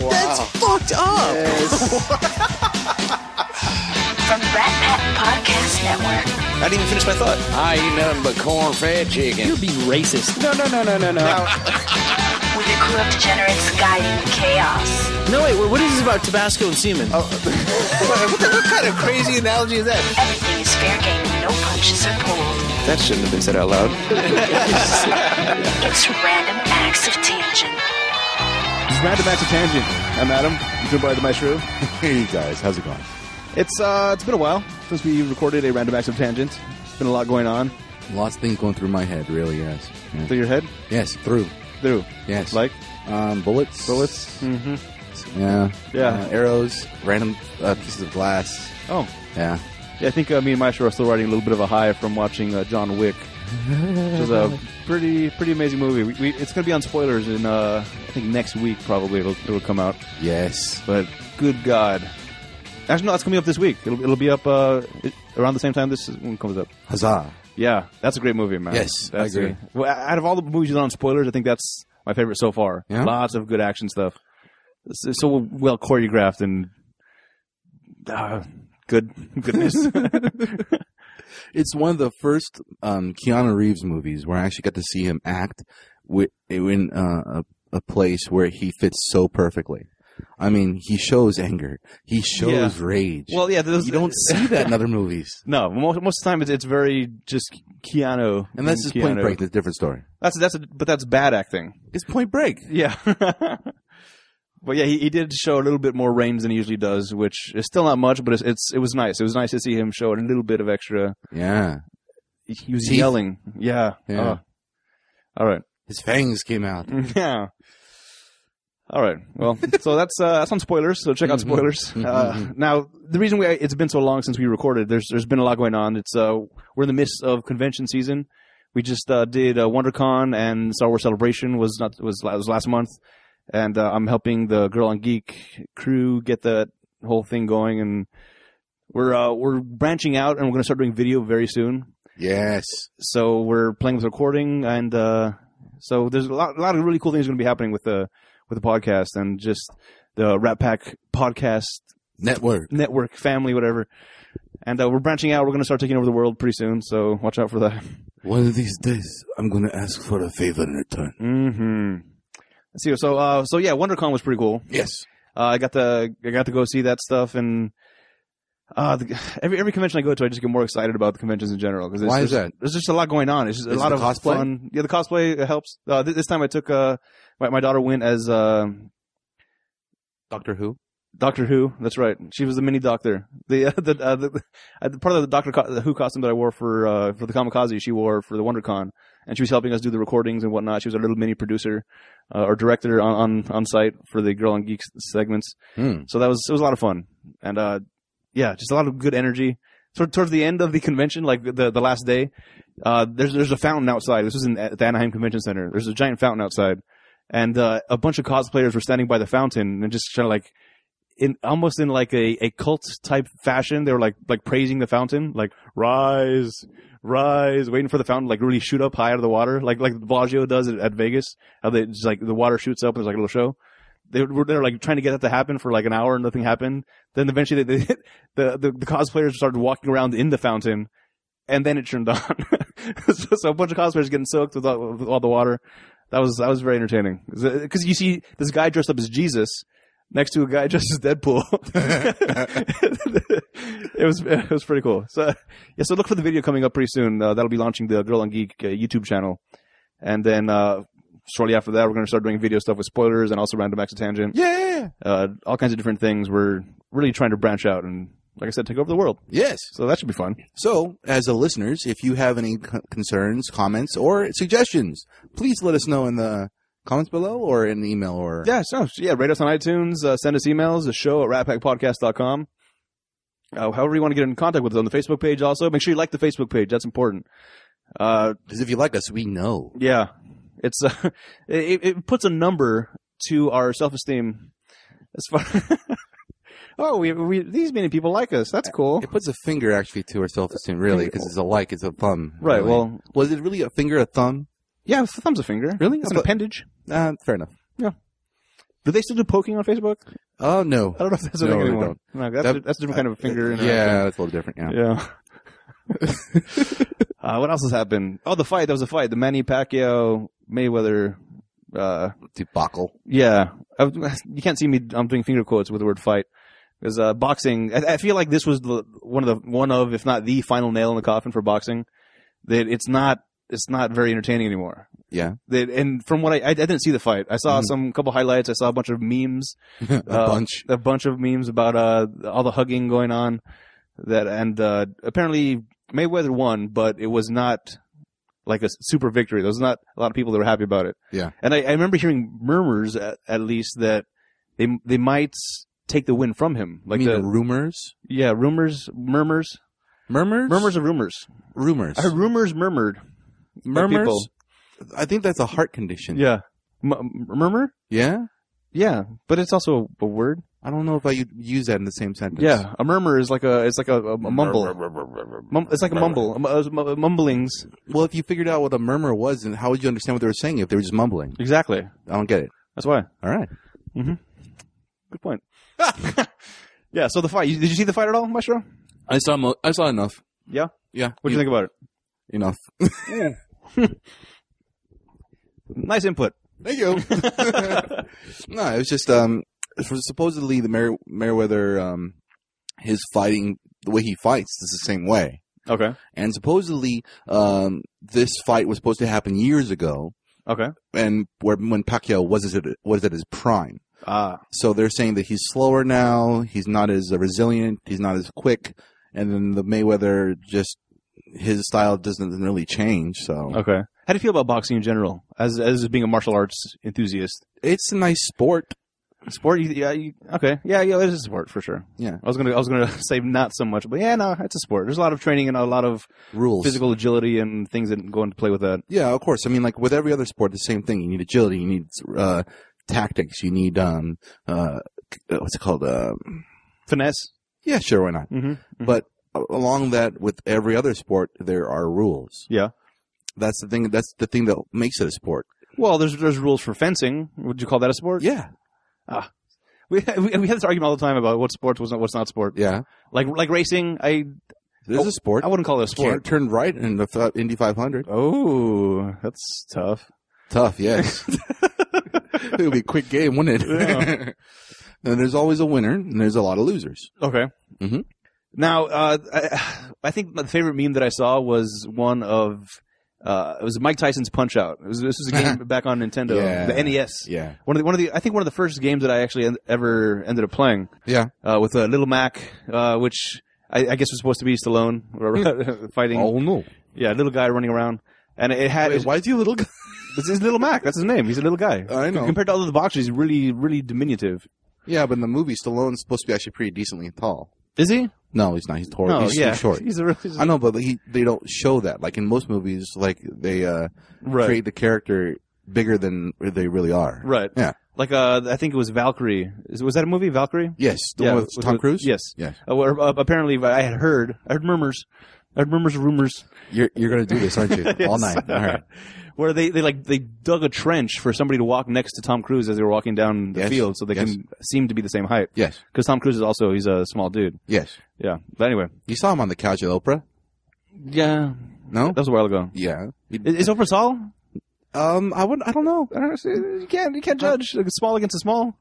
Wow. That's fucked up. Yes. From Rat Pack Podcast Network. I didn't even finish my thought. I eat nothing but corn fed chicken. You're being racist. No, no, no, no, no, no. With a crew of degenerates guiding chaos. No, wait, what is this about Tabasco and semen? what, the- what kind of crazy analogy is that? Everything is fair game, no punches are pulled. That shouldn't have been said out loud. It's random acts of tangent. This is Random Acts of Tangent. I'm Adam. I'm joined by the Maestro. hey guys, how's it going? It's uh, it's been a while since we recorded a Random Acts of Tangent. It's been a lot going on Lots of things going through my head, really, yes. Yeah. through your head. Yes, through. Through Yes. like Um, bullets. bullets. Mm-hmm. Yeah. Yeah. Uh, arrows. Random uh, pieces of glass. Oh, Yeah. yeah. I think uh, me and Maestro are still riding a little bit of a high from watching uh, John Wick, which is a pretty pretty amazing movie. We, we, it's going to be on spoilers in uh, I think next week probably it'll, it'll come out. Yes. But good God, actually no, that's coming up this week. It'll, it'll be up uh, it, around the same time this one comes up. Huzzah. Yeah, that's a great movie, man. Yes, I that's agree. a- well, out of all the movies on spoilers, I think that's my favorite so far. Yeah? Lots of good action stuff. It's, it's so well choreographed and uh, good goodness. It's one of the first um, Keanu Reeves movies where I actually got to see him act wi- in uh, a, a place where he fits so perfectly. I mean, he shows anger. He shows rage. well, yeah, those, you don't see that in other movies. No, most, most of the time it's, it's very just Keanu. And that's being just Point Keanu. Break. That's a different story. That's that's a, but that's bad acting. It's Point Break. Yeah. but yeah, he, he did show a little bit more range than he usually does, which is still not much, but it's, it's it was nice. It was nice to see him show a little bit of extra. Yeah. He was Teeth. yelling. Yeah. Yeah. Uh, all right. His fangs came out. Yeah. All right. Well, so that's uh, that's on spoilers. So check out Mm-hmm. spoilers. Uh, now, the reason we it's been so long since we recorded, there's there's been a lot going on. It's uh, we're in the midst of convention season. We just uh, did uh, WonderCon and Star Wars Celebration was not was la- was last month, and uh, I'm helping the Girl on Geek crew get the whole thing going, and we're uh, we're branching out, and we're going to start doing video very soon Yes. so we're playing with recording and uh, so there's a lot, a lot of really cool things going to be happening with the with the podcast and just the Rat Pack podcast Network. network family whatever and uh, we're branching out we're going to start taking over the world pretty soon so watch out for that One of these days, I'm going to ask for a favor in return. mm-hmm Let's see so uh, so yeah WonderCon was pretty cool Yes. Uh, I got to I got to go see that stuff and uh, the, every every convention I go to, I just get more excited about the conventions in general. Cause there's- Why is there's- that? There's just a lot going on. It's just Is a lot the of cosplay? fun. Yeah, the cosplay uh, helps. Uh, th- this time I took uh, my my daughter went as uh, Doctor Who? Doctor Who. That's right. She was the mini doctor. The uh, the, uh, the, uh, the part of the Doctor Co- the Who costume that I wore for uh, for the Kamikaze, she wore for the WonderCon, and she was helping us do the recordings and whatnot. She was our little mini producer uh, or director on, on on site for the Girl and Geek segments. Hmm. So that was it was a lot of fun, and uh, yeah, just a lot of good energy. Toward, towards the end of the convention, like the the last day, uh, there's there's a fountain outside. This was in at the Anaheim Convention Center. There's a giant fountain outside, and uh, a bunch of cosplayers were standing by the fountain and just kind of like in almost in like a, a cult type fashion. They were like like praising the fountain, like rise, rise, waiting for the fountain to, like really shoot up high out of the water, like like Bellagio does at, at Vegas. How they just like the water shoots up and there's like a little show. They were they're like trying to get that to happen for like an hour and nothing happened. Then eventually they, they, the, the the cosplayers started walking around in the fountain, and then it turned on. so, so a bunch of cosplayers getting soaked with all, with all the water. That was that was very entertaining because you see this guy dressed up as Jesus next to a guy dressed as Deadpool. it was it was pretty cool. So yeah, so look for the video coming up pretty soon. Uh, that'll be launching the Girl on Geek uh, YouTube channel, and then uh, shortly after that, we're going to start doing video stuff with spoilers and also random exit tangent. Yeah. Uh, all kinds of different things. We're really trying to branch out and, like I said, take over the world. Yes. So that should be fun. So, as a listeners, if you have any co- concerns, comments, or suggestions, please let us know in the comments below or in email or Yeah, so yeah, rate us on iTunes, uh, send us emails, the show at ratpackpodcast.com. Uh, however you want to get in contact with us on the Facebook page also. Make sure you like the Facebook page. That's important. Uh, because if you like us, we know. yeah. It's, uh, it, it puts a number to our self-esteem as far Oh, we, we, these many people like us. That's cool. It puts a finger actually to our self-esteem, really, because it's a like, it's a thumb. Right. really. Well, was it really a finger, a thumb? yeah, the thumb's a finger. Really? It's an appendage. Uh, fair enough. Do they still do poking on Facebook? Oh no. I don't know if that's a No, thing they anymore. don't. No, that's, That- a, that's a different kind of finger. interaction. Yeah, that's a little different. Yeah. Yeah. uh, what else has happened? Oh, the fight. That was a fight. The Manny Pacquiao Mayweather. Uh, Debacle. yeah. I, you can't see me. I'm doing finger quotes with the word fight. Because uh, boxing, I, I feel like this was the, one of the one of, if not the final nail in the coffin for boxing. That it's not it's not very entertaining anymore. Yeah. That, and from what I, I I didn't see the fight. I saw Mhm. some couple highlights. I saw a bunch of memes a Uh, bunch. a bunch of memes about uh all the hugging going on that and uh apparently Mayweather won but it was not like a super victory there was not a lot of people that were happy about it Yeah. and I, I remember hearing murmurs at, at least that they they might take the win from him I like mean, the, the rumors. yeah rumors murmurs Murmurs. murmurs of rumors Rumors. I heard rumors murmured by people. Murmurs. I think that's a heart condition. yeah M- murmur Yeah. yeah but it's also a word I don't know if I would use that in the same sentence. yeah a murmur is like a it's like a, a, a mumble Mum- it's like a mumble, M- uh, m- mumblings. Well, if you figured out what a murmur was, then how would you understand what they were saying if they were just mumbling? Exactly. I don't get it. That's why. All right. Good point. yeah. So the fight. You, did you see the fight at all, Maestro? I saw. Mo- I saw enough. Yeah? Yeah. What do you think about it? Enough. Nice input. Thank you. no, it was just um, it was supposedly the Mer- Meriwether um, his fighting the way he fights is the same way, Okay. and supposedly um, this fight was supposed to happen years ago, Okay. and where when Pacquiao was at was at his prime. Ah. So they're saying that he's slower now. He's not as resilient. He's not as quick. And then the Mayweather just his style doesn't really change. So Okay. How do you feel about boxing in general, as as being a martial arts enthusiast? it's a nice sport. Sport? You, yeah. You, okay. Yeah. Yeah. It is a sport for sure. Yeah. I was gonna I was gonna say not so much, but yeah, no, it's a sport. There's a lot of training and a lot of Rules. physical agility and things that go into play with that. Yeah, of course. I mean, like with every other sport, the same thing. You need agility. You need uh, tactics. You need um, uh, uh, what's it called? Um Finesse. yeah, sure, why not? Mhm. But a- along that, with every other sport, there are rules. Yeah. that's the thing. That's the thing that makes it a sport. Well, there's there's rules for fencing. Would you call that a sport? Yeah, We, we we have this argument all the time about what sports was not what's not sport. yeah. Like like racing, I There's a sport. Oh, I wouldn't call it a Can't sport. Uh. turn right in the f- Indy 500. Oh, that's tough. Tough, yes. it would be a quick game, wouldn't it? Yeah. and there's always a winner, and there's a lot of losers. Okay. Mhm. Now, uh, I, I think my favorite meme that I saw was one of uh, it was Mike Tyson's Punch Out. It was, this was a game back on Nintendo, Yeah. the NES. Yeah, One of the one of the I think one of the first games that I actually en- ever ended up playing. yeah. uh, with uh, Little Mac, uh, which I, I guess was supposed to be Stallone or- fighting. Oh no! Yeah, little guy running around, and it had Wait, why is Uh, he a little? guy? it's his little Mac. That's his name. He's a little guy. I know. Compared to all the boxers, he's really, really diminutive. Yeah, but in the movie, Stallone's supposed to be actually pretty decently tall. Is he? No, he's not. He's tall. he's yeah. too short. He's a real- he's a- I know, but he, they don't show that. Like in most movies, like they uh, right. create the character bigger than they really are. Right. Yeah. Like uh, I think it was Valkyrie. Is- Was that a movie, Valkyrie? Yes, the one with, Tom Cruise. Yes. Yes. Uh, where, uh, apparently, I had heard. I heard murmurs. I heard murmurs, rumors. You're you're gonna do this, aren't you? All Yes. night. All right. Where they, they like they dug a trench for somebody to walk next to Tom Cruise as they were walking down the Yes. field, so they Yes. can seem to be the same height. Yes. Because Tom Cruise is also he's a small dude. Yes. Yeah. But anyway. You saw him on the couch at Oprah. Yeah. No. That was a while ago. yeah. Is, is Oprah tall? Um. I would. I don't know. I don't know. You can't you can't judge Like, small against a small.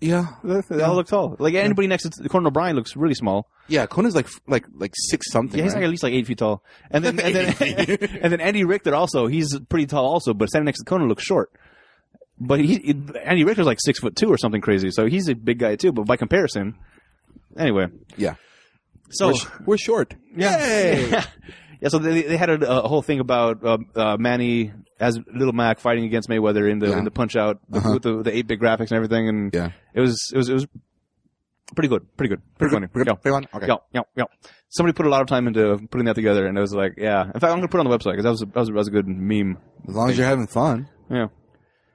Yeah. They all look tall. Like anybody next to Conan O'Brien looks really small. Yeah. Conan's like like like six something. Yeah, he's right? like at least like eight feet tall. And then and then, and then Andy Richter also he's pretty tall also, but standing next to Conan looks short. But he, he Andy Richter's like six foot two or something crazy, so he's a big guy too. But by comparison, anyway. Yeah. So We're, sh- we're short. Yeah. yeah. So they, they had a, a whole thing about uh, uh, Manny as Little Mac fighting against Mayweather in the Yeah. in the Punch Out the, Uh-huh. with the the eight bit graphics and everything, and Yeah. it was it was it was pretty good, pretty good, pretty, funny. We're good. Yeah. Play on? Okay. Yeah, yeah, yeah. Somebody put a lot of time into putting that together, and it was like, yeah. In fact, I'm gonna put it on the website because that was a, that was, a, that was a good meme. As long as you're having fun. Yeah.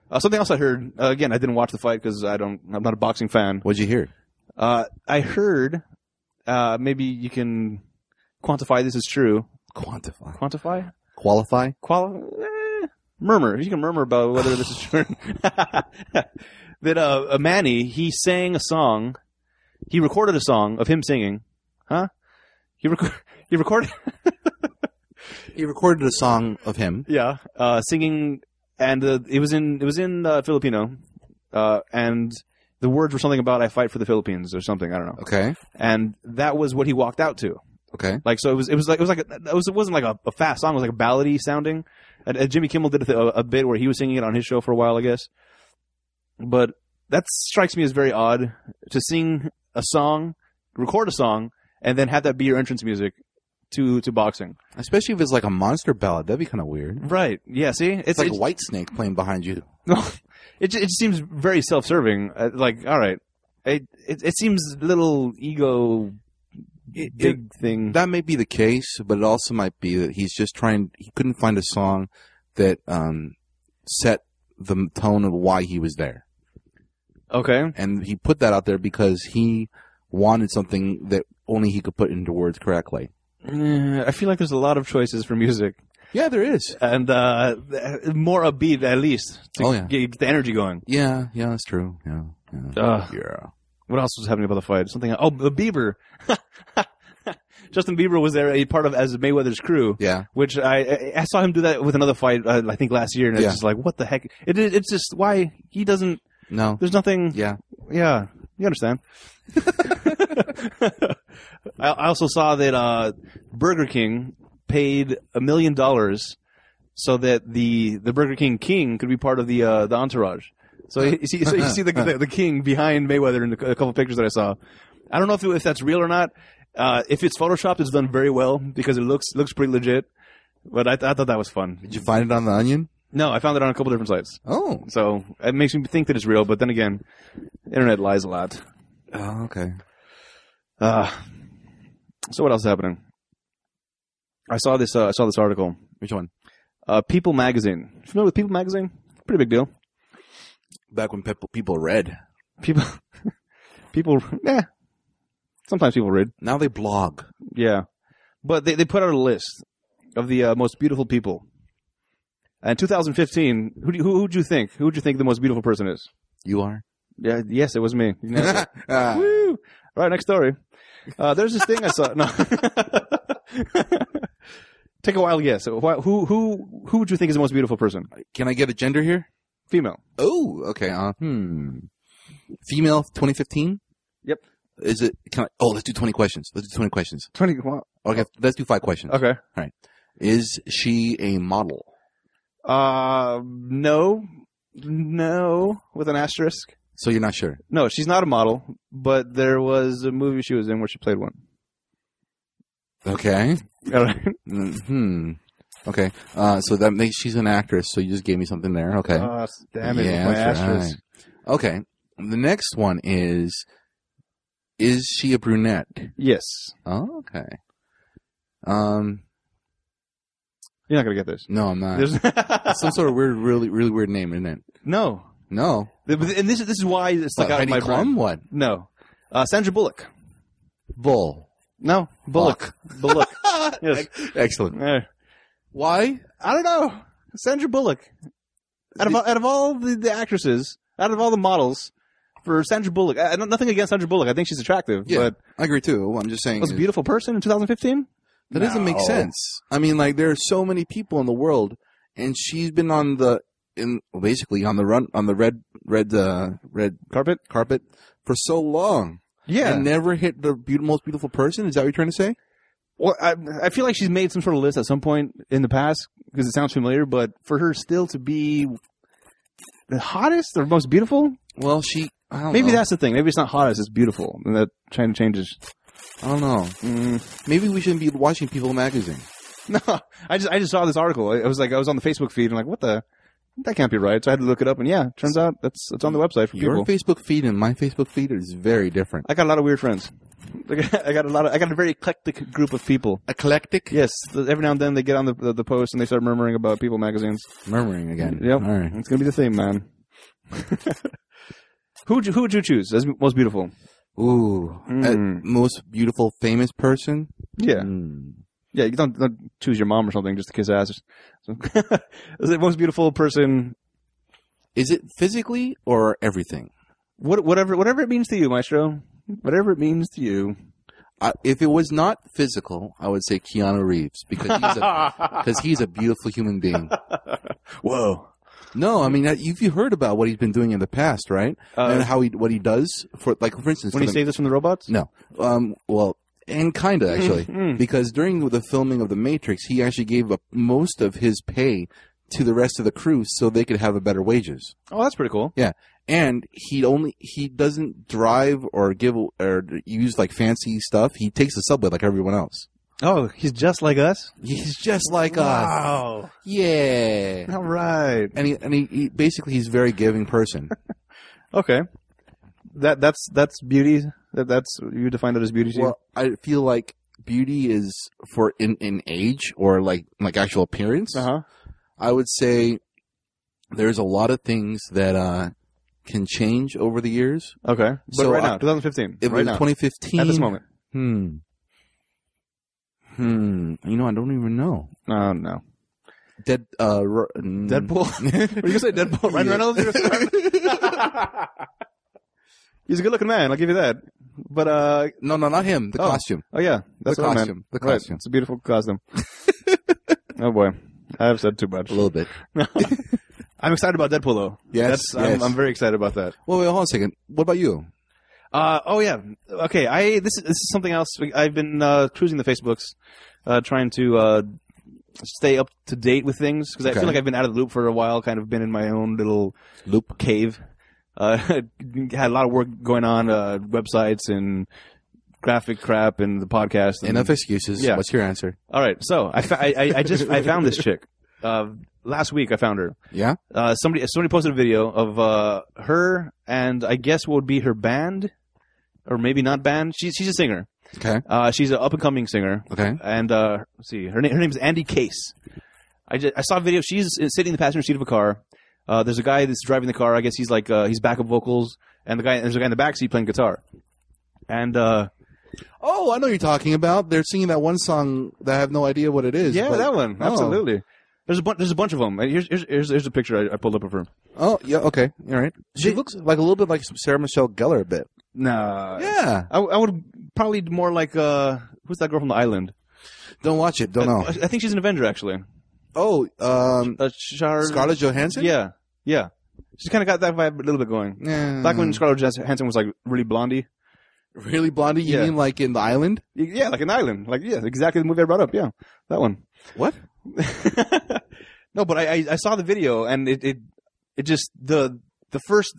Uh, something else I heard. Uh, again, I didn't watch the fight because I don't. I'm not a boxing fan. What'd you hear? Uh, I heard. Uh, maybe you can quantify this is true. Quantify. Quantify? Qualify. quali- eh, murmur. You can murmur about whether this is true. that uh, uh, Manny he sang a song. He recorded a song of him singing. Huh? He rec- he recorded He recorded a song of him. yeah uh, singing and uh, it was in it was in uh, Filipino uh, and the words were something about I fight for the Philippines or something I don't know Okay. and that was what he walked out to Okay. like so it was it was like it was like a, it, was, it wasn't like a, a fast song it was like a ballady sounding and, and Jimmy Kimmel did a, th- a a bit where he was singing it on his show for a while I guess but that strikes me as very odd to sing a song record a song and then have that be your entrance music to to boxing Especially if it's like a monster ballad, that'd be kind of weird. It's, right yeah see it's, like it's- White Snake playing behind you. No, it ju- it just seems very self serving. Uh, like, all right, it, it it seems little ego It- it- big thing. That may be the case, but it also might be that he's just trying. He couldn't find a song that um, set the m- tone of why he was there, okay, and he put that out there because he wanted something that only he could put into words correctly. Mm, I feel like there's a lot of choices for music, Yeah, there is. and uh, th- more upbeat at least to Oh, yeah. get the energy going. Yeah, yeah, that's true. Yeah, yeah. Ugh. yeah. What else was happening about the fight? Something. Oh, the Bieber. Justin Bieber was there, a part of as Mayweather's crew. Yeah. Which I- I I saw him do that with another fight uh, I think last year and Yeah. it's just like what the heck it, it it's just why he doesn't No. there's nothing Yeah. Yeah, you understand. I, I also saw that uh, Burger King paid a million dollars so that the the Burger King King could be part of the uh, the entourage. So you you see, so you see the, the the King behind Mayweather in the, c- a couple pictures that I saw. I don't know if, it- if that's real or not. Uh, if it's photoshopped, it's done very well because it looks looks pretty legit. But I, th- I thought that was fun. Did you find it on the Onion? No, I found it on a couple different sites, Mm. Oh. so it makes me think that it's real. But then again, internet lies a lot. Oh, okay. Uh, so what else is happening? I saw this. Uh, I saw this article. Which one? Uh, People magazine. Familiar with People magazine? Pretty big deal. Back when people people read. People, people. Yeah. Sometimes people read. Now they blog. Yeah, but they they put out a list of the uh, most beautiful people. And 2015, who do you, who would you think? Who would you think the most beautiful person is? You are. Yeah, yes, it was me. You nailed it. Ah. Woo! All right, next story. Uh, there's this thing I saw. No. Take a wild guess. Wh- Who who who would you think is the most beautiful person? Can I get a gender here? Female. Oh, okay. Uh, hmm. Female 2015? Yep. Is it, can I, oh, let's do 20 questions. Let's do 20 questions. Twenty. Okay, let's do five questions. Oh. Okay. Is she a model? Uh, no, no, with an asterisk. So you're not sure. No, she's not a model, but there was a movie she was in where she played one. Okay. All right. Hmm. Okay. Uh, so that makes, she's an actress, so you just gave me something there. Okay. Uh, damn it, Yeah, my that's asterisk. Okay. The next one is, is she a brunette? Yes, Oh, okay. Um, you're not gonna get this. no, I'm not. There's It's some sort of weird, really, really weird name, isn't it? no, No. and this is this is why it's stuck What, out in Heidi my Klum? brain. What? No, uh, Sandra Bullock. Bull. No, Bullock. Bullock. yes. Excellent. Eh. Why? I don't know. Sandra Bullock. Out of, all- out of all the, the actresses, out of all the models, for Sandra Bullock, I, I don't- nothing against Sandra Bullock. I think she's attractive, Yeah, but I agree too. I'm just saying was a that beautiful person in 2015? doesn't make No. sense. I mean, like there are so many people in the world, and she's been on the in well, basically on the run on the red red uh, red Carpet? carpet for so long Yeah. and never hit the be- most beautiful person. Is that what you're trying to say? well, I, I feel like she's made some sort of list at some point in the past because it sounds familiar, but for her still to be the hottest or most beautiful, Well, she. I don't maybe know. that's the thing. Maybe it's not hottest, it's beautiful. And that trying to change is. I don't know. Mm. Maybe we shouldn't be watching People magazine. No, I just I just saw this article. I I was like I was on the Facebook feed and like what the that can't be right. So I had to look it up and yeah, turns out that's it's on the website for Your people. Facebook feed and my Facebook feed is very different. I got a lot of weird friends. I got- I got a lot of I got a very eclectic group of people. Eclectic. Yes, th- every now and then they get on the the, the post and they start murmuring about people magazines. Murmuring again. Yep, All right. it's gonna be the theme, man. who would you, who would you choose as most beautiful? Ooh, Mm. Uh, most beautiful famous person. Yeah, Mm. yeah. You don't, don't choose your mom or something just to kiss ass. So- Is it most beautiful person Is it physically or everything? What, whatever, whatever it means to you, Maestro. Whatever it means to you. I, if it was not physical, I would say Keanu Reeves because he's a, cause he's a beautiful human being. Whoa. No, I mean, you've you heard about what he's been doing in the past, right? Uh, and how he what he does for like for instance When for he the- saves us from the robots? No. Um, well, and kinda actually, Mm. because during the filming of The Matrix, he actually gave up most of his pay to the rest of the crew so they could have a better wages. Oh, that's pretty cool. And he only he doesn't drive or give or use like fancy stuff. He takes the subway like everyone else. Oh, he's just like us? He's just like us. wow. Yeah. All right. And he and he, he basically he's a very giving person. Okay. That that's that's beauty. That that's you define that as beauty. to you? Well, I feel like beauty is for in in age or like like actual appearance. Uh-huh. I would say there's a lot of things that uh, can change over the years. Okay. But So, right uh, now, 2015. If right it was now, 2015, at this moment. hmm, hmm, you know, I don't even know. Oh no. Dead, uh, r- mm. Were you gonna say Deadpool? Ryan Yeah. Reynolds? You're gonna- He's a good-looking man. I'll give you that. But uh, no, no, not him. The Oh. costume. oh yeah, that's the what I meant. costume. The Right. costume. It's a beautiful costume. oh boy, I've said too much. A little bit. I'm excited about Deadpool though. Yes. That's, yes. I'm, I'm very excited about that. well, wait, hold on a second. What about you? Uh, oh yeah. Okay. I this is, this is something else. We- I've been uh, cruising the Facebooks, uh, trying to uh, stay up to date with things because I Okay. feel like I've been out of the loop for a while. Kind of been in my own little Loop. cave. Uh, had a lot of work going on, uh, websites and graphic crap and the podcast. And, Enough excuses. Yeah. What's your answer? All right. So I, fa- I, I, I just I found this chick. Uh, last week I found her Yeah. uh, somebody somebody posted a video of uh, her and I guess what would be her band, or maybe not band. She's she's a singer. Okay. Uh, she's an up and coming singer, Okay. and uh, let's see her name her name is Andy Case. I just, I saw a video. She's sitting in the passenger seat of a car. Uh, there's a guy that's driving the car. I guess he's like uh, he's backup vocals, and the guy there's a guy in the back seat playing guitar. And uh, Oh, I know you're talking about. They're singing that one song that I have no idea what it is. yeah, but- that one oh. absolutely. There's a bunch. There's a bunch of them. Here's here's here's, here's a picture I, I pulled up of her. Oh, yeah. Okay. All right. She They- looks like a little bit like Sarah Michelle Gellar a bit. Nah, Yeah. I, I would probably more like uh, who's that girl from the island? Don't watch it. Don't know. I, I think she's an Avenger actually. Oh, um, Uh, Char- Scarlett Johansson. Yeah, yeah. She's kind of got that vibe a little bit going. Yeah. Back when Scarlett Johansson was like really blondie. really blondie. You Yeah. mean like in the island? Y- Yeah, like an island. Like yeah, exactly the movie I brought up. Yeah, that one. What? no, but I, I I saw the video and it it it just the the first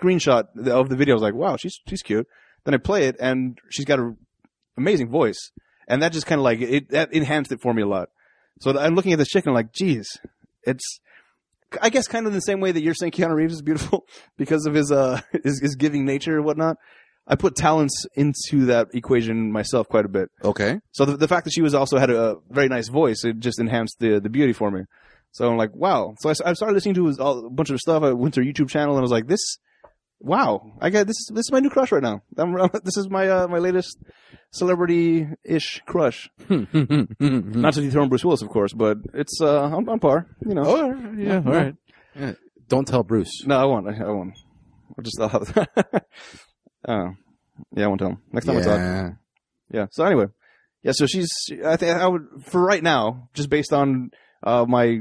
screenshot of the video I was like, wow, she's she's cute. Then I play it and she's got an amazing voice, and that just kind of like it that enhanced it for me a lot. So th- I'm looking at this chick and I'm like, geez, it's I guess kind of the same way that you're saying Keanu Reeves is beautiful because of his uh his, his giving nature and whatnot. I put talents into that equation myself quite a bit. Okay. So the, the fact that she was also had a very nice voice, it just enhanced the the beauty for me. So I'm like, wow. So I, s- I started listening to his, all, a bunch of stuff. I went to her YouTube channel and I was like, this, wow. I got this. This is my new crush right now. I'm, this is my uh, my latest celebrity ish crush. Not. Not to dethrone Bruce Willis, of course, but it's uh, on, on par. You know. Oh, yeah. All right. Yeah. Don't tell Bruce. No, I won't. I, I won't. I'll just. I'll have, oh, yeah, I won't tell him next time I talk. yeah. Yeah. So anyway, yeah. So she's. I think I would for right now, just based on uh, my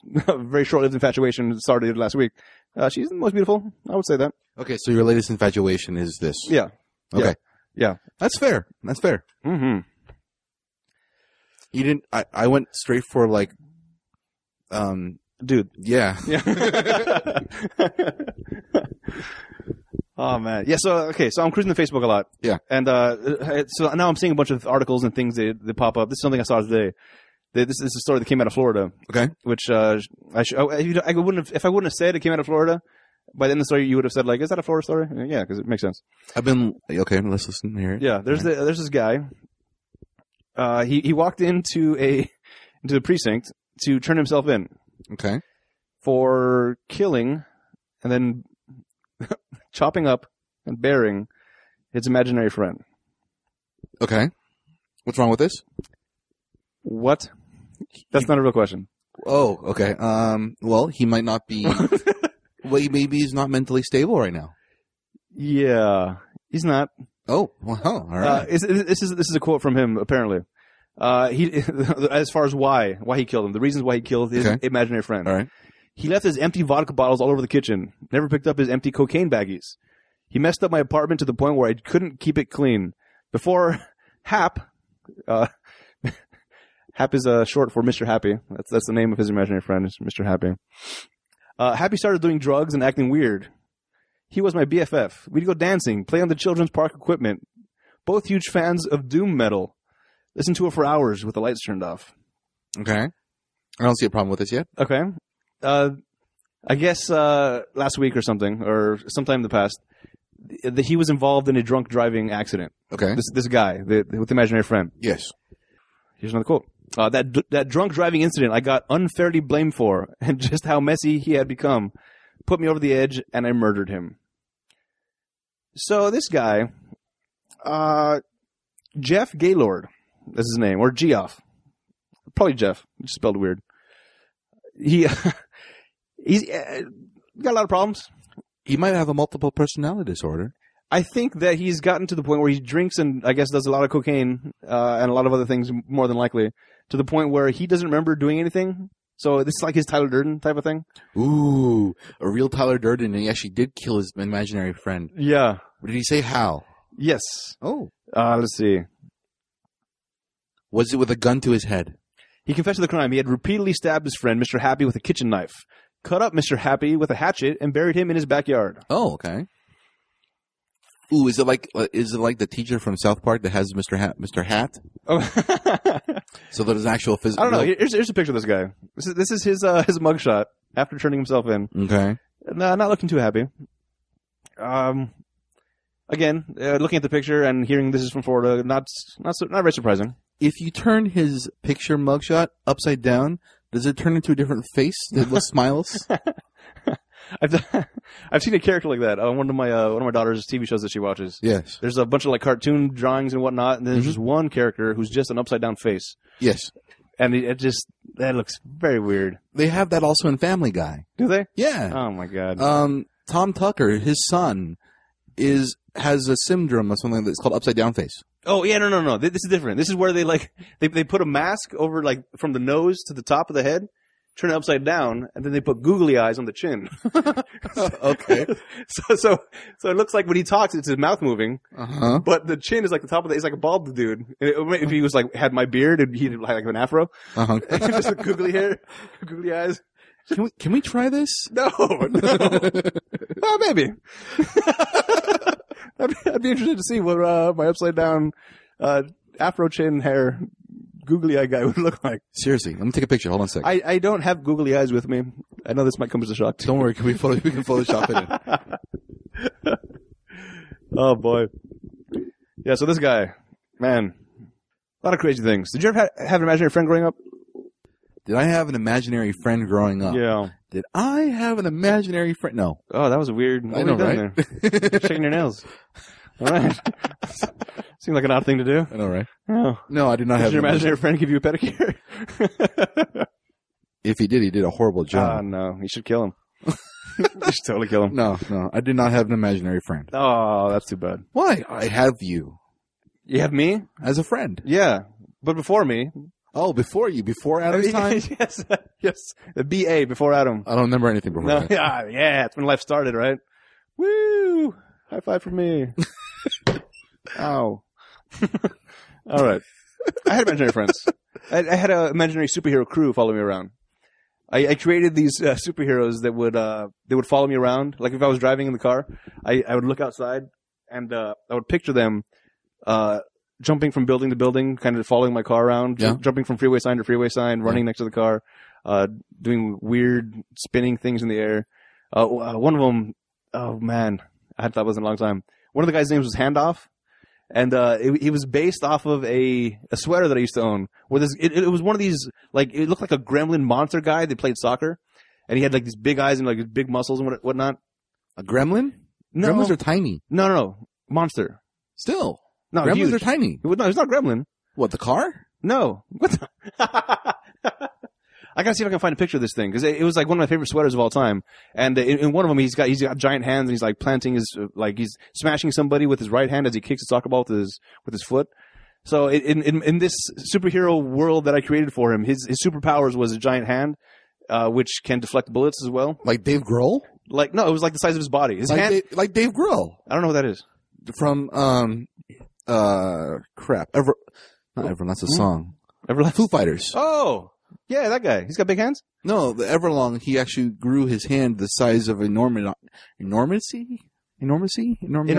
very short-lived infatuation that started last week. Uh, she's the most beautiful. I would say that. Okay. So your latest infatuation is this. Yeah. Okay. Yeah. That's fair. That's fair. Mm-hmm. You didn't. I, I went straight for like. Um. Dude. Yeah. Yeah. oh man. Yeah. So okay. So I'm cruising the Facebook a lot. Yeah. And uh, it- so now I'm seeing a bunch of articles and things that, that pop up. This is something I saw today. Th- This is a story that came out of Florida. Okay. Which uh, I, sh- I, I wouldn't have if I wouldn't have said it came out of Florida. By the end of the story, you would have said like, "Is that a Florida story?" Yeah, because it makes sense. I've been okay. Let's listen here. Yeah, there's Mm-hmm. the, there's this guy. Uh, he he walked into a into the precinct to turn himself in Okay. for killing and then chopping up and burying his imaginary friend. Okay. What's wrong with this? What? That's not a real question. Oh, okay. Um, well, he might not be. Well, he- maybe he's not mentally stable right now. Yeah, he's not. Oh, well, all Uh, right. it's- it's- this is this is a quote from him apparently. Uh, he as far as why why he killed him, the reasons why he killed his Okay. imaginary friend. all right. He left his empty vodka bottles all over the kitchen. Never picked up his empty cocaine baggies. He messed up my apartment to the point where I couldn't keep it clean. Before Hap, uh, Hap is uh, short for Mr. Happy. That's that's the name of his imaginary friend, is Mr. Happy. Uh, Happy started doing drugs and acting weird. He was my BFF. We'd go dancing, play on the children's park equipment. Both huge fans of doom metal. Listen to it for hours with the lights turned off. Okay. I don't see a problem with this yet. Okay. Uh, I guess uh, last week or something, or sometime in the past, th- that he was involved in a drunk driving accident. Okay. This this guy the, the- with the imaginary friend. Yes. Here's another quote. Uh, that d- that drunk driving incident I got unfairly blamed for, and just how messy he had become, put me over the edge, and I murdered him. So this guy, uh, Jeff Gaylord, that's his name, or Geoff, probably Jeff, just spelled weird. He he's uh, got a lot of problems. He might have a multiple personality disorder. I think that he's gotten to the point where he drinks and I guess does a lot of cocaine uh, and a lot of other things more than likely to the point where he doesn't remember doing anything. So this is like his Tyler Durden type of thing. Ooh, a real Tyler Durden, and he actually did kill his imaginary friend. Yeah. Did he say how? Yes. Oh, Uh, let's see. was it with a gun to his head? He confessed to the crime. He had repeatedly stabbed his friend, Mr. Happy, with a kitchen knife, cut up Mr. Happy with a hatchet, and buried him in his backyard. Oh, okay. Ooh, is it like uh, is it like the teacher from South Park that has Mr. Hat, Mr. Hat? Oh. I So there's an actual physical. don't know. Here's, here's a picture of this guy. This is, this is his uh, his mugshot after turning himself in. Okay. No, not looking too happy. Um, again, uh, looking at the picture and hearing this is from Florida, not not su- not very surprising. If you turn his picture mugshot upside down, does it turn into a different face that looks smiles? I've I've seen a character like that on one of my uh, one of my daughter's TV shows that she watches. Yes. There's a bunch of like cartoon drawings and whatnot, and then there's just one character who's just an upside down face, Yes. and it, it just that looks very weird. They have that also in Family Guy. Do they? Yeah. Oh my god. Um, Tom Tucker, his son, is has a syndrome or something that's called upside down face. oh yeah, no, no, no. Th- This is different. This is where they like they they put a mask over like from the nose to the top of the head, turn it upside down, and then they put googly eyes on the chin. okay. so so so it looks like when he talks, it's his mouth moving, Uh huh. but the chin is like the top of the. He's like a bald dude. And it- if he was like had my beard, it'd, he'd have like an afro, Uh huh. just with googly hair, googly eyes. Can we can we try this? No, no. oh, maybe. I'd, be, I'd be interested to see what uh, my upside down uh, afro chin hair, googly eye guy would look like. Seriously, let me take a picture. Hold on a second. I, I don't have googly eyes with me. I know this might come as a shock. To Don't worry, can we, photo, we can Photoshop it in. Oh boy. Yeah, so this guy, man, a lot of crazy things. Did you ever ha- have an imaginary friend growing up? Did I have an imaginary friend growing up? Yeah. Did I have an imaginary friend? No. Oh, that was weird. I know, right? Shaking your nails. All right. Seemed like an odd thing to do. I know, right? Yeah. No, I did not Did have your an imaginary friend give you a pedicure? imagi- If he did, he did a horrible Ah, job. no. You should kill him. you should totally kill him. no, no, I did not have an imaginary friend. Oh, that's too bad. Why? I have you You have me? as a friend. Yeah. But before me. Oh, before you, before Adam's time? yes. Yes. The BA before Adam. I don't remember anything before No, that. yeah, yeah, it's when life started, right? Woo! High five for me. Ow. All right. I had imaginary friends. I, I had an imaginary superhero crew follow me around. I, I created these uh, superheroes that would uh, they would follow me around. Like if I was driving in the car, I, I would look outside and uh, I would picture them uh, jumping from building to building, kind of following my car around, ju- Yeah. jumping from freeway sign to freeway sign, running next to the car, uh, doing weird spinning things in the air. Uh, w- uh, one of them, oh man, I had thought it was in a long time. One of the guys' names was Handoff, and uh, it, he was based off of a, a sweater that I used to own. Where this, it, it was one of these like it looked like a gremlin monster guy that played soccer, and he had like these big eyes and like big muscles and what, whatnot. A gremlin? No, Gremlins are tiny. no, no, no, monster. Still. No, gremlins huge. are tiny. Well, No, he's not gremlin. What, the car? No, what? The- I gotta see if I can find a picture of this thing because it, it was like one of my favorite sweaters of all time. And uh, in, in one of them, he's got he's got giant hands and he's like planting his uh, like he's smashing somebody with his right hand as he kicks a soccer ball with his with his foot. So i- in in, in this superhero world that I created for him, his his superpowers was a giant hand. Uh, which can deflect bullets as well. Like Dave Grohl? Like no, it was like the size of his body. His Like, hand. Dave, like Dave Grohl I don't know what that is. from um uh crap. Ever not Ever that's a song. Everlasting. Foo Fighters. Oh, yeah, that guy. He's got big hands. No, the Everlong, he actually grew his hand the size of enormity enormity? Enormity? Enormity?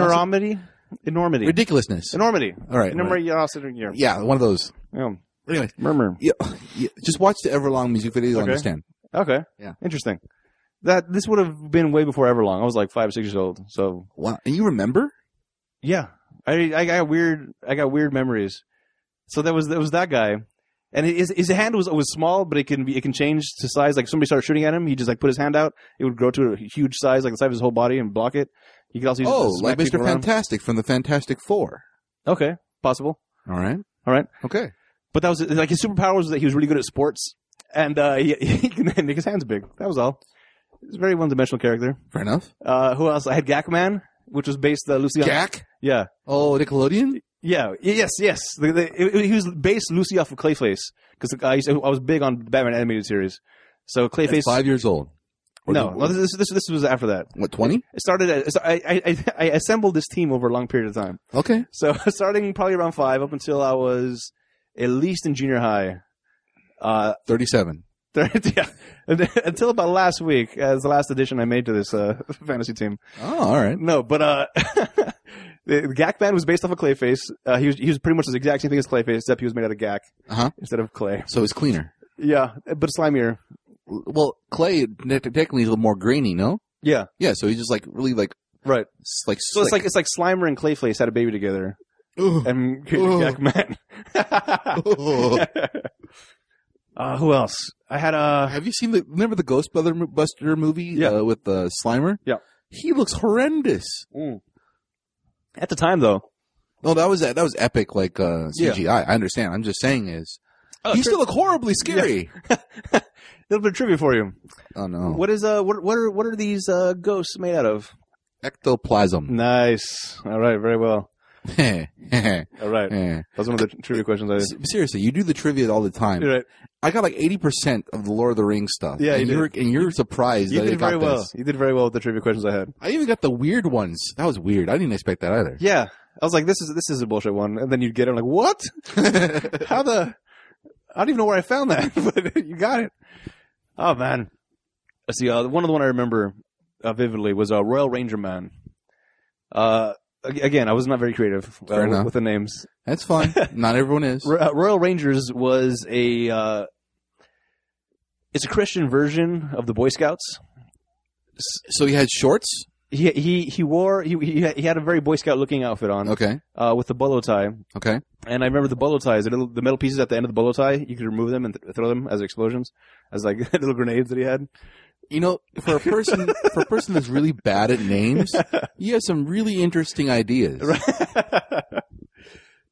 Enormity. Enormity. Ridiculousness. Enormity. All right. Enormity. Yeah. Yeah, one of those. Yeah. Anyway, Murmur. yeah, yeah, just watch the Everlong music video. You'll Okay. understand. Okay. Yeah. Interesting. That this would have been way before Everlong. I was like five or six years old. So Wow, and you remember? yeah, I I got weird I got weird memories. So that was that was that guy, and his his hand was was small, but it can be it can change to size. Like somebody started shooting at him, he just like put his hand out. It would grow to a huge size, like the size of his whole body, and block it. He could also use it to Oh, smack like Mr. people around. Fantastic from the Fantastic Four. Okay, possible. All right. All right. Okay. But that was like his superpower was that he was really good at sports, and uh, he, he can make his hands big. That was all. He's a very one-dimensional character. Fair enough. Uh, who else? I had Gakman, which was based uh, loosely on Jack. yeah, Oh, Nickelodeon. yeah, Y- yes, yes. The, the, it- it- he was based loosely off of Clayface because I, used to- I was big on Batman animated series. So At Clayface. five years old. Or no, the- no, this, this this was after that. what twenty? It started. At, so I, I I- I assembled this team over a long period of time. Okay. So starting probably around five up until I was at least in junior high. Uh, Thirty-seven. yeah. And then- Until about last week, as the last addition I made to this uh, fantasy team. Oh, all right. No, but uh, the the Gak band was based off of Clayface. Uh, he was he was pretty much the exact same thing as Clayface, except he was made out of Gak Uh-huh. instead of clay. So it's cleaner. Yeah, but slimier. Well, Clay ne- technically is a little more grainy. No. Yeah, Yeah. So he's just like really like right. s- like So it's like it's like Slimer and Clayface had a baby together, and Ugh. Gak man. uh, who else? I had uh, a Have you seen the remember the Ghostbuster Buster movie Yeah. uh, with uh, Slimer? Yeah. He looks horrendous. Mm. at the time though. No, that was that was epic, like uh, Yeah. CGI. I understand. I'm just saying is Oh, he sure. still look horribly scary. little bit of trivia for you. Oh no, What is uh what what are what are these uh ghosts made out of? ectoplasm. Eh, Nice. All right. Very well. Heh, heh, All right. That heh. was one of the trivia questions I S- Seriously, you do the trivia all the time. You're right. I got like eighty percent of the Lord of the Rings stuff. Yeah, and you did. are and you're surprised You that I did got very well. this. You did very well with the trivia questions I had. I even got the weird ones. That was weird. I didn't expect that either. Yeah. I was like, this is this is a bullshit one, and then you'd get it. I'm like, what? How the? I don't even know where I found that, but you got it. Oh man. Let's see. Uh, one of the one I remember uh, vividly was uh, Royal Ranger Man. Uh, ag- again, I was not very creative uh, Fair enough. with the names. That's fine. Not everyone is. Ro- uh, Royal Rangers was a uh, it's a Christian version of the Boy Scouts. So he had shorts. He he he wore he he had- he had a very Boy Scout looking outfit on Okay. uh, with the bolo tie, Okay. and I remember the bolo ties, the, little, the metal pieces at the end of the bolo tie. You could remove them and th- throw them as explosions, as like little grenades that he had. You know, for a person for a person that's really bad at names, you have some really interesting ideas.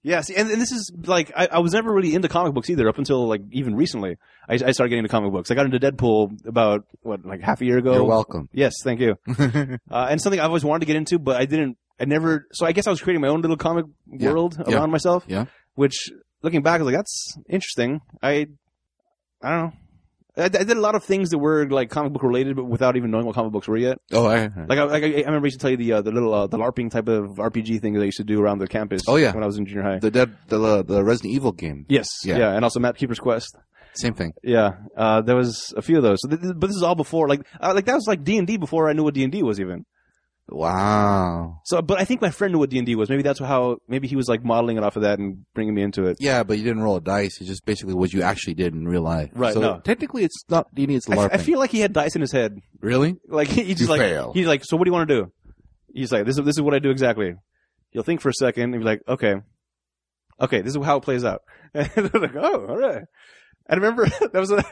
yeah, see, and, and this is like I, I was never really into comic books either up until like even recently. I, I started getting into comic books. I got into Deadpool about what like half a year ago. You're welcome. Yes, thank you. uh, and something I've always wanted to get into, but I didn't. I never. So I guess I was creating my own little comic Yeah. world Yeah. around myself. Yeah. Which, looking back, I was like, that's interesting. I, I don't know. I, I did a lot of things that were like comic book related, but without even knowing what comic books were yet. Oh, I, Like I, like, I, I remember I used to tell you the uh, the little uh, the LARPing type of RPG thing that I used to do around the campus. Oh, yeah. when I was in junior high. the dead, the uh, the Resident Evil game. yes, Yeah. yeah. and also Map Keeper's Quest. Same thing. Yeah, uh, there was a few of those. So th- th- but this is all before like uh, like that was like D and D before I knew what D and D was even. Wow. So, but I think my friend knew what D and D was. Maybe that's how. Maybe he was like modeling it off of that and bringing me into it. Yeah, but you didn't roll a dice. It's just basically what you actually did in real life. Right, So no. technically, it's not. You need it's I f- LARPing. I feel like he had dice in his head. really. Like he just You like fail. he's like, so what do you want to do? He's like, this is this is what I do exactly. He'll think for a second and be like, okay, okay, this is how it plays out. And they're like, oh, all right. I remember that was a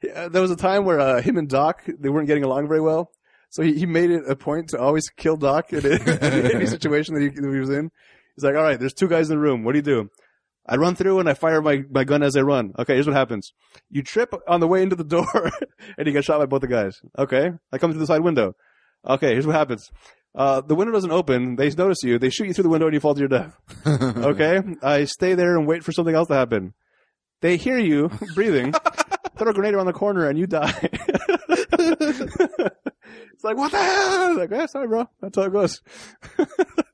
there was a time where uh, him and Doc they weren't getting along very well. So he, he made it a point to always kill Doc in, in any situation that he, that he was in. He's like, all right, there's two guys in the room. What do you do? I run through and I fire my, my gun as I run. Okay, here's what happens. You trip on the way into the door and you get shot by both the guys. Okay. I come through the side window. Okay, here's what happens. Uh, the window doesn't open. They notice you. They shoot you through the window and you fall to your death. Okay. I stay there and wait for something else to happen. They hear you breathing, throw a grenade around the corner and you die. it's like, what the hell? Like, yeah, sorry, bro. That's how it goes.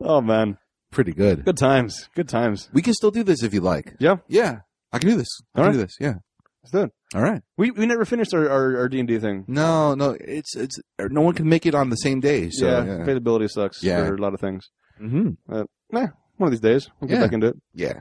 oh man. Pretty good. Good times. Good times. We can still do this if you like. Yeah. Yeah. I can do this. I can All right. do this. Yeah. It's good. All right. We we never finished our our, our D and D thing. No, no, it's it's er, no one can make it on the same day. So yeah, mm-hmm. yeah, availability sucks Yeah. for a lot of things. Mhm. Nah, one of these days we'll get Yeah. back into it. yeah.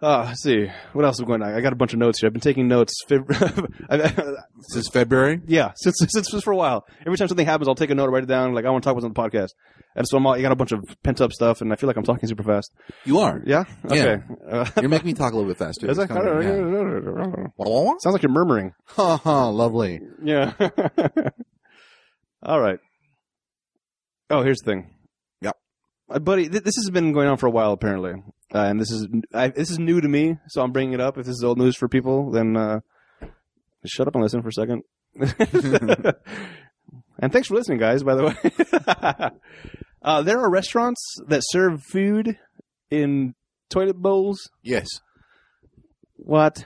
Uh, let's see what else is going on. I got a bunch of notes here. I've been taking notes. Fib- I- This is February. yeah, since since since for a while. Every time something happens, I'll take a note, write it down. Like I want to talk about it on the podcast, and so I'm all, I got a bunch of pent up stuff, and I feel like I'm talking super fast. You are. Yeah. Yeah. Okay. Uh, You're making me talk a little bit faster. it's like- It's kinda- yeah. Sounds like you're murmuring. Ha ha, lovely. Yeah. All right. Oh, here's the thing. Yep. Uh, buddy, th- this has been going on for a while apparently, uh, and this is I, this is new to me, so I'm bringing it up. If this is old news for people, then uh, shut up and listen for a second. and thanks for listening, guys. By the way, uh, there are restaurants that serve food in toilet bowls. Yes. What?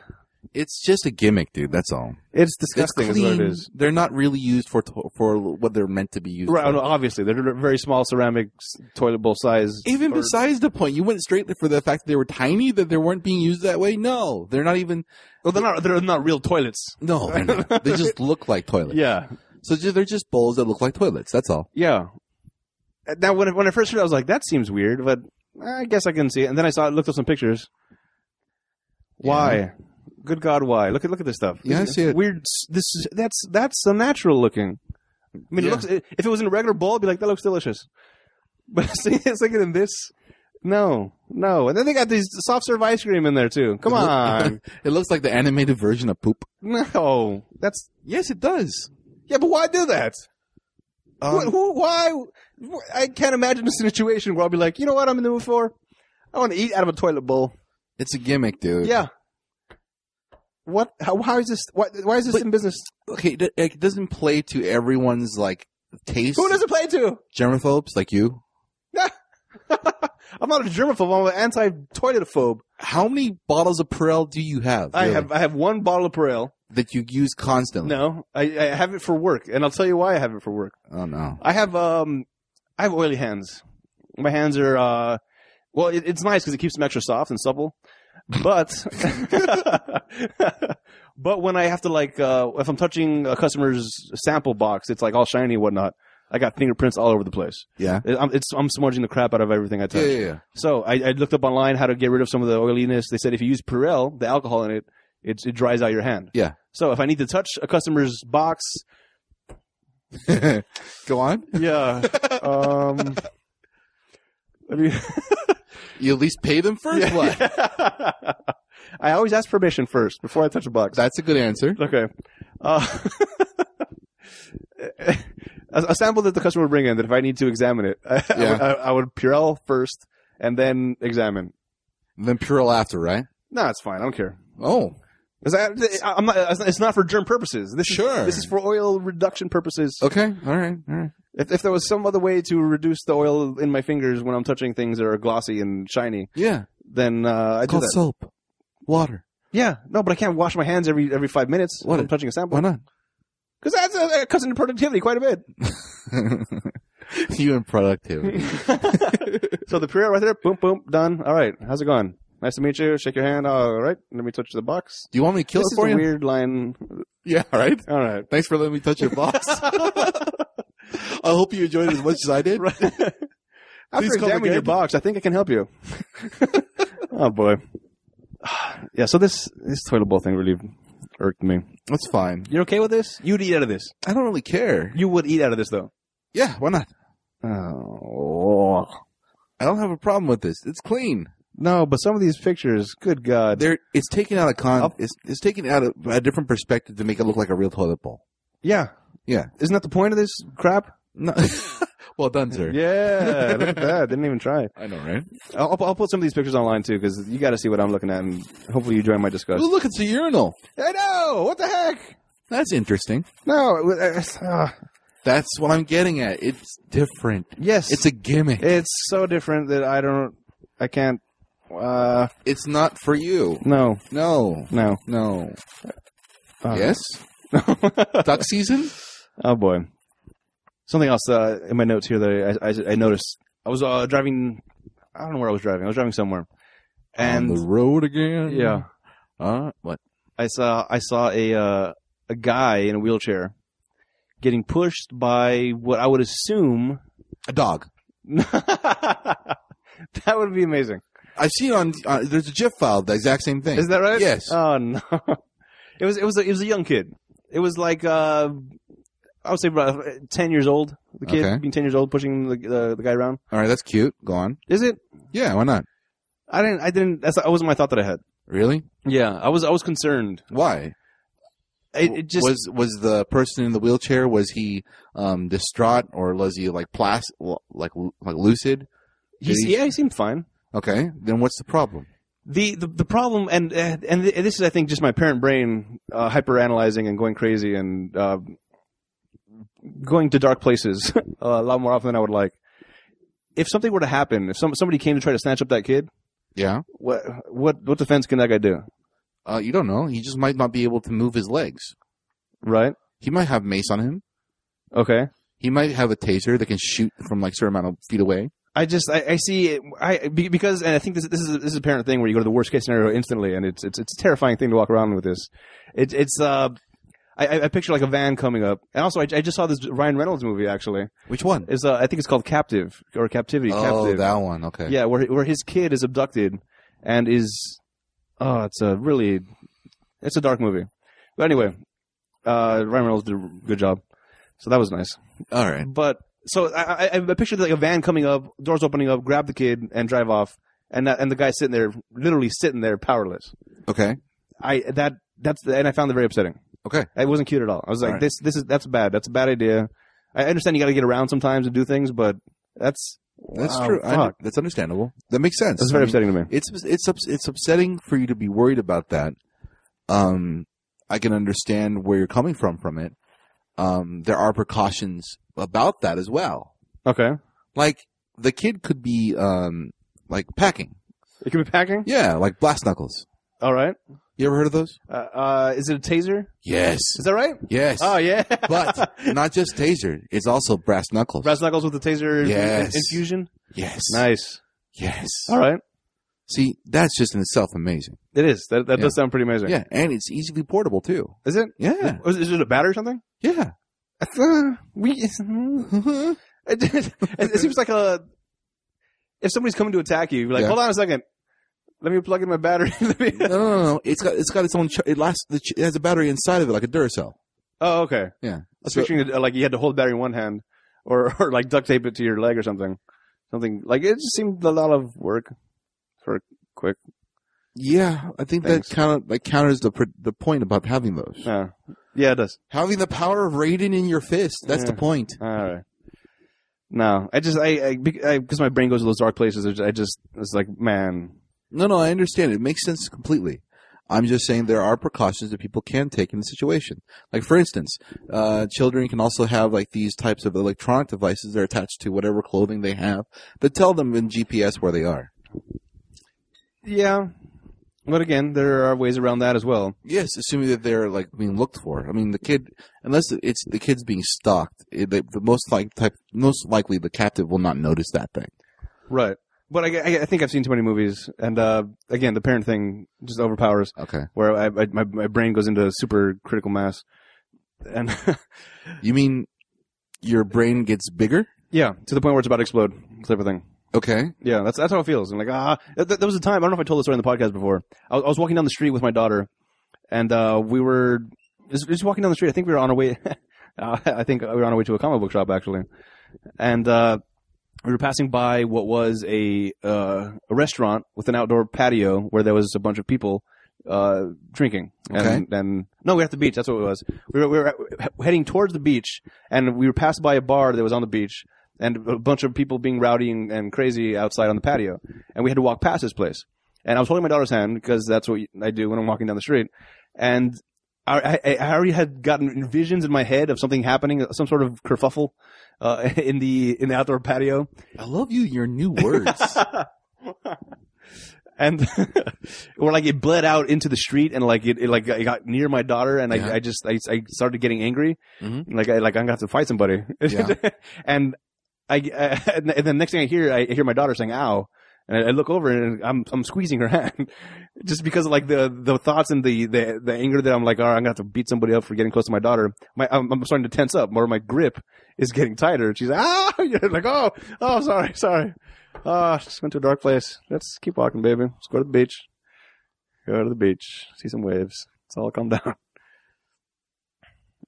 It's just a gimmick, dude. That's all. It's It's disgusting. clean. Is what it is. They're not really used for to- for what they're meant to be used. Right, for. no, obviously they're very small ceramic s- toilet bowl size. Even or- besides the point, you went straight for the fact that they were tiny, that they weren't being used that way. No, they're not even. well, they're not they're not real toilets. No, they're not. they just look like toilets. Yeah, So ju- they're just bowls that look like toilets. That's all. yeah. Uh, Now when I- when I first heard, it, I was like, that seems weird, but I guess I can see it. And then I saw it, looked up some pictures. Why? Good God, why? Look at look at this stuff. Yeah, I This is see it. Weird. s- This is that's that's unnatural looking. I mean, it Yeah. looks if it was in a regular bowl, I'd be like, that looks delicious. But see, it's like in this. No, no, and then they got these soft serve ice cream in there too. Come on, it looks like the animated version of poop. no, that's Yes, it does. Yeah, but why do that? Um, Wh- who, why? wh- I can't imagine a situation where I'll be like, you know what I'm in the mood for? I want to eat out of a toilet bowl. It's a gimmick, dude. Yeah. What? How, how is this? Why, why is this But- in business? Okay, it- it doesn't play to everyone's like taste. Who does it play to? Germophobes like you. I'm not a germaphobe. I'm an anti-toilet phobe. How many bottles of Perel do you have? I really, have I have one bottle of Perel. that you use constantly. No, I, I have it for work, and I'll tell you why I have it for work. Oh no. I have um, I have oily hands. My hands are uh, well, it, it's nice because it keeps them extra soft and supple. But but when I have to like uh, if I'm touching a customer's sample box, it's like all shiny and whatnot. I got fingerprints all over the place. Yeah. It- I'm, it's I'm smudging the crap out of everything I touch. Yeah, yeah, yeah. So I, I looked up online how to get rid of some of the oiliness. They said if you use Purell, the alcohol in it, it, it dries out your hand. Yeah. So if I need to touch a customer's box, Go on. yeah. um, I mean, You at least pay them first. what? I always ask permission first before I touch a box. That's a good answer. okay. Uh, a, a sample that the customer would bring in that if I need to examine it, I, I, Yeah. would, I, I would Purell first and then examine. Then Purell after, right? No, it's fine. I don't care. Oh, 'Cause I, am not, it's not for germ purposes. This Sure. Is, this is for oil reduction purposes. okay. All right. All right. If, if there was some other way to reduce the oil in my fingers when I'm touching things that are glossy and shiny, Yeah. then uh, I do Called that. soap, water. Yeah, no, but I can't wash my hands every every five minutes What? when I'm touching a Why sample not? because that's uh, that cuts into productivity quite a bit. you and productivity. so the Purell right there, boom, boom, done. All right, how's it going? Nice to meet you. Shake your hand. All right, let me touch the box. Do you want me to kill this it is for a you? weird line. Yeah. All right. All right. Thanks for letting me touch your box. I hope you enjoyed it as much as I did. After Please come examining your again. box, I think I can help you. oh boy. Yeah. So this this toilet bowl thing really irked me. That's fine. You're okay with this? You'd eat out of this. I don't really care. You would eat out of this though. Yeah. Why not? Oh. I don't have a problem with this. It's clean. No, but some of these pictures, good God. There, it's taken out of con. I'll- It's, it's taken out of a different perspective to make it look like a real toilet bowl. Yeah. Yeah. Isn't that the point of this crap? No. well done, sir. Yeah, look at that. Didn't even try. I know, right? I'll, I'll put some of these pictures online too because you got to see what I'm looking at, and hopefully you join my Oh, discussion. look, it's a urinal. I know. What the heck? That's interesting. No. it was- uh, uh, That's what I'm getting at. It's different. yes. It's a gimmick. It's so different that I don't. I can't. Uh, It's not for you. no, No. no. No. Uh, Yes? Duck season? Oh boy. Something else uh, in my notes here that I, I, I noticed. I was uh, driving. I don't know where I was driving. I was driving somewhere, On and the road again? yeah, Uh, what? I saw I saw a uh, a guy in a wheelchair getting pushed by what I would assume. A dog. that would be amazing. I've seen on, uh, there's a GIF file, the exact same thing. Is that right? Yes. Oh no. It was it was a, it was a young kid. It was like uh, I would say about uh, ten years old. The kid Okay. being ten years old, pushing the the, the guy around. All right, that's cute. Go on. Is it? Yeah, why not? I didn't. I didn't. That's that wasn't my thought that I had. Really? Yeah, I was. I was concerned. Why? It, it just. was was the person in the wheelchair was he um distraught or was he like plas like like lucid? he, did he- yeah, he seemed fine. Okay, then what's the problem? The, the the problem and uh, and th- this is I think just my parent brain uh, hyperanalyzing and going crazy and uh, going to dark places a lot more often than I would like. If something were to happen, if some, somebody came to try to snatch up that kid, Yeah. what what what defense can that guy do? Uh, you don't know. He just might not be able to move his legs. Right? He might have mace on him. Okay. He might have a taser that can shoot from like certain amount of feet away. I just I, I see it, I be- because and I think this this is this is a parent thing where you go to the worst case scenario instantly and it's it's it's a terrifying thing to walk around with this. It's it's uh I- I, I picture like a van coming up, and also I, I just saw this Ryan Reynolds movie actually. Which one? It's uh, I think it's called Captive or Captivity. Oh, Captive. that one. Okay. Yeah, where where his kid is abducted and is oh, it's a really it's a dark movie. But anyway, uh, Ryan Reynolds did a good job, so that was nice. All right. But so I, I, I pictured like a van coming up, doors opening up, grab the kid and drive off, and that, and the guy sitting there, literally sitting there, powerless. Okay. I that that's and I found it very upsetting. Okay. It wasn't cute at all. I was like, Alright. this this is that's bad. That's a bad idea. I understand you got to get around sometimes and do things, but that's That's wow, true. I- Fuck. that's understandable. That makes sense. That's very I mean, upsetting to me. It's it's ups- it's upsetting for you to be worried about that. Um, I can understand where you're coming from from it. Um, there are precautions about that as well. Okay, Like the kid could be um like packing. it could be packing. Yeah, like blast knuckles. All right. You ever heard of those? Uh, uh, is it a taser? Yes. Is that right? Yes. Oh yeah. but not just taser. It's also brass knuckles. brass knuckles with the taser Yes. infusion. yes. Nice. Yes. All right. See, that's just in itself amazing. It is. That that Yeah. does sound pretty amazing. Yeah, and it's easily portable too. Is it? Yeah. Is, is it a battery or something? Yeah. Uh, we, it, it, it seems like a. If somebody's coming to attack you, you're like, Yeah. hold on a second. Let me plug in my battery. Let me- no, no, no, no. It's got it's got its own. Ch- it lasts. The ch- it has a battery inside of it, like a Duracell. oh, okay. Yeah. I was So- picturing it, uh, like you had to hold the battery in one hand, or or like duct tape it to your leg or something. Something like it just seemed a lot of work for quick. yeah, I think Thanks. that kind of like counters the pr- the point about having those. Uh, yeah, it does. Having the power of Raiden in your fist. That's the Yeah. point. All right. No, I just I I because my brain goes to those dark places. I just, I just it's like man, No, no, I understand. It makes sense completely. I'm just saying there are precautions that people can take in the situation. Like for instance, uh, children can also have like these types of electronic devices that are attached to whatever clothing they have that tell them in GPS where they are. Yeah. But again, there are ways around that as well. Yes, assuming that they're like being looked for. I mean, the kid, unless it's the kid's being stalked, it, the, the most like type, most likely the captive will not notice that thing. Right. But I, I- I think I've seen too many movies, and uh, again, the parent thing just overpowers. Okay, Where I, I, my my brain goes into super critical mass, and you mean your brain gets bigger? yeah, to the point where it's about to explode, type of thing. Okay, Yeah, that's that's how it feels. I'm like, ah, th- th- there was a time. I don't know if I told this story on the podcast before. I was, I was walking down the street with my daughter, and uh, we were just, just walking down the street. I think we were on our way. uh, I think we were on our way to a comic book shop actually, and uh, we were passing by what was a uh, a restaurant with an outdoor patio where there was a bunch of people uh, drinking. And, Okay. and no, we were at the beach. That's what it was. We were, we were at- heading towards the beach, and we were passed by a bar that was on the beach, and a bunch of people being rowdy and, and crazy outside on the patio. And we had to walk past this place. And I was holding my daughter's hand because that's what I do when I'm walking down the street. And I, I, I already had gotten visions in my head of something happening, some sort of kerfuffle uh, in the in the outdoor patio. I love you. Your new words. and or like it bled out into the street and like it, it like it got near my daughter and Yeah. I, I just I, I started getting angry Mhm. Mm-hmm. like I like I'm gonna have to fight somebody Yeah. and I, I and the next thing I hear I hear my daughter saying ow and I, I look over and I'm I'm squeezing her hand just because like the the thoughts and the the, the anger that I'm like all right I'm gonna have to beat somebody up for getting close to my daughter my I'm, I'm starting to tense up or my grip is getting tighter and she's like ah You're like oh oh sorry sorry Ah, just went to a dark place. Let's keep walking, baby. Let's go to the beach. Go to the beach. See some waves. It's all calm down.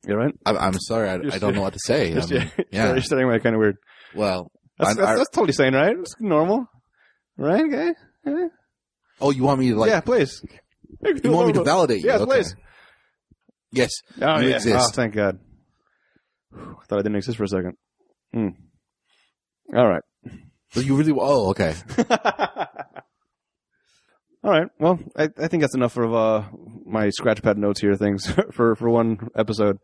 You all right? I'm, I'm sorry. I, I don't know what to say. I Just- mean, yeah. yeah. You're starting out kind of weird. Well. That's, I- that's, I- that's totally sane, right? It's normal. Right, guy? Yeah, Oh, you want me to like? yeah please. You want me to validate you? Yes, Okay. please. Yes. Oh, You yeah. exist. Oh, thank God. Whew, I thought I didn't exist for a second. Hmm. All right. So you really? Oh, okay. All right. Well, I, I think that's enough of uh, my scratch pad notes here things for, for one episode.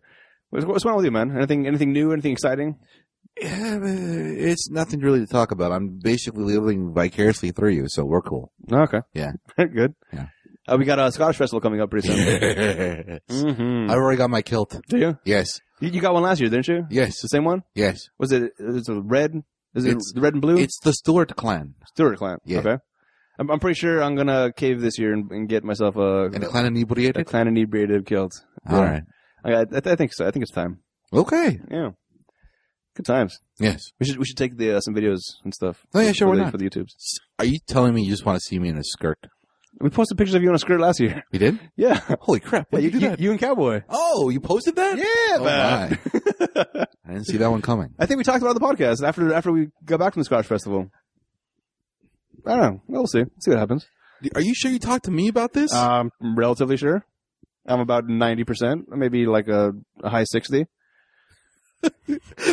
What's, what's wrong with you, man? Anything anything new? Anything exciting? Yeah, but it's nothing really to talk about. I'm basically living vicariously through you, so we're cool. Oh, okay. Yeah. Good. Yeah. Uh, we got a Scottish festival coming up pretty soon. I've mm-hmm. already got my kilt. Do you? Yes. You you got one last year, didn't you? It's Yes. the same one. Yes. Was it? Is it red? Is it It's- red and blue? It's the Stuart clan Stuart clan. Yeah. Okay. I'm, I'm pretty sure I'm gonna cave this year and, and get myself a, and the a, clan inebriated. clan inebriated kilt. All right. I, I, I think so. I think it's time. Okay. Yeah. Good times. Yes. We should we should take the uh, some videos and stuff. Oh, yeah, for- sure, for why the, not? for the YouTubes. Are you telling me you just want to see me in a skirt? We posted pictures of you on a skirt last year. You did? Yeah, Holy crap! yeah Why'd you, you do you- that? you and Cowboy. oh, you posted that? Yeah, Oh, man. my. I didn't see that one coming. I think we talked about it on the podcast after after we got back from the Scotch Festival. I don't know. We'll see. See what happens. Are you sure you talked to me about this? Um, I'm relatively sure. I'm about ninety percent, maybe like a, a high sixty.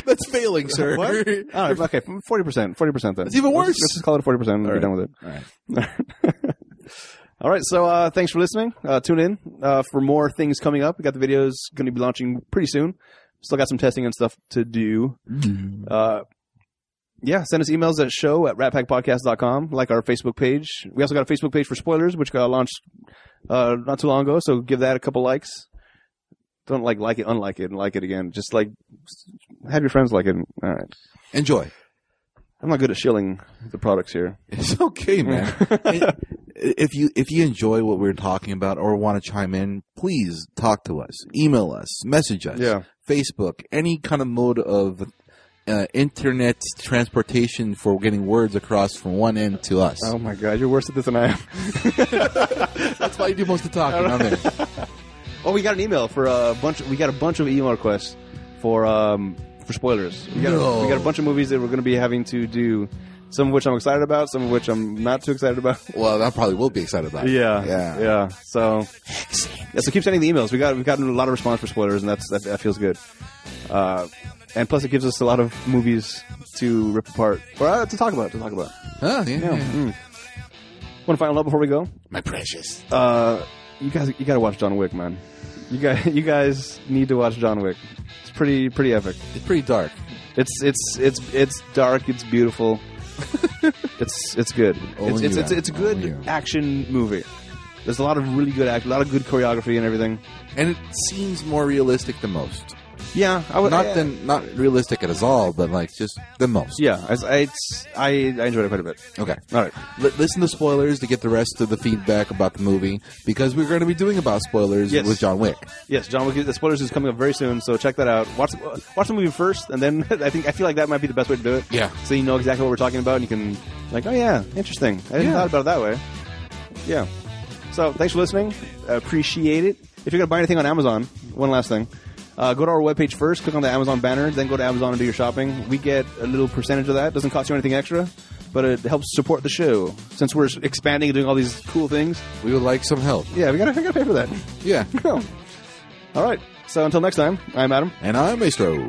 That's failing, sir. What? Oh, okay, forty percent, forty percent. Then That's even Let's worse. just, let's just call it forty percent. and We're All done with it. All right. All right, so uh, thanks for listening. Uh, tune in uh, for more things coming up. We got the videos going to be launching pretty soon. Still got some testing and stuff to do. Uh, yeah, send us emails at show at ratpackpodcast.com, like our Facebook page. We also got a Facebook page for spoilers, which got launched uh, not too long ago, so give that a couple likes. Don't like like it, unlike it, and like it again. Just like have your friends like it. All right. Enjoy. I'm not good at shilling the products here. It's okay, man. I- if you if you enjoy what we're talking about or want to chime in, please talk to us, email us, message us, Yeah. Facebook, any kind of mode of uh, internet transportation for getting words across from one end to us. Oh my god, you're worse at this than I am. That's why you do most of the talking on there. Oh, we got an email for a bunch. We got a bunch of email requests for um, for spoilers. We got, No. a, we got a bunch of movies that we're going to be having to do. Some of which I'm excited about. Some of which I'm not too excited about. Well, I probably will be excited about. it. Yeah, yeah. yeah. So, yeah. So keep sending the emails. We got we've gotten a lot of response for spoilers, and that's that, that feels good. Uh, and plus, it gives us a lot of movies to rip apart or uh, to talk about. To talk about. Oh, yeah, Yeah. yeah. Mm. One final note before we go. my precious. Uh, you guys, you gotta watch John Wick, man. You guys, you guys need to watch John Wick. It's pretty, pretty epic. It's pretty dark. It's, it's, it's, it's dark. It's beautiful. it's, it's good. It's, Only it's, you, it's, it's a Adam. good Only you. action movie. There's a lot of really good act, a lot of good choreography and everything. and it seems more realistic than most. Yeah, I would Not I- than not realistic at all, but like just the most. Yeah, I, I- it's, I, I enjoyed it quite a bit. Okay. All right. L- listen to spoilers to get the rest of the feedback about the movie because we're going to be doing about spoilers Yes. with John Wick. Yes, John Wick. The spoilers is coming up very soon, so check that out. Watch watch the movie first, and then I think I feel like that might be the best way to do it. Yeah. So you know exactly what we're talking about, and you can like, oh yeah, interesting. I didn't Yeah. thought about it that way. Yeah. So thanks for listening. I appreciate it. If you're gonna buy anything on Amazon, one last thing. Uh, go to our webpage first, click on the Amazon banner, then go to Amazon and do your shopping. We get a little percentage of that. Doesn't cost you anything extra. but it helps support the show since we're expanding and doing all these cool things. We would like some help. Yeah, we gotta, we gotta pay for that. Yeah. all right. So until next time, I'm Adam. And I'm Maestro.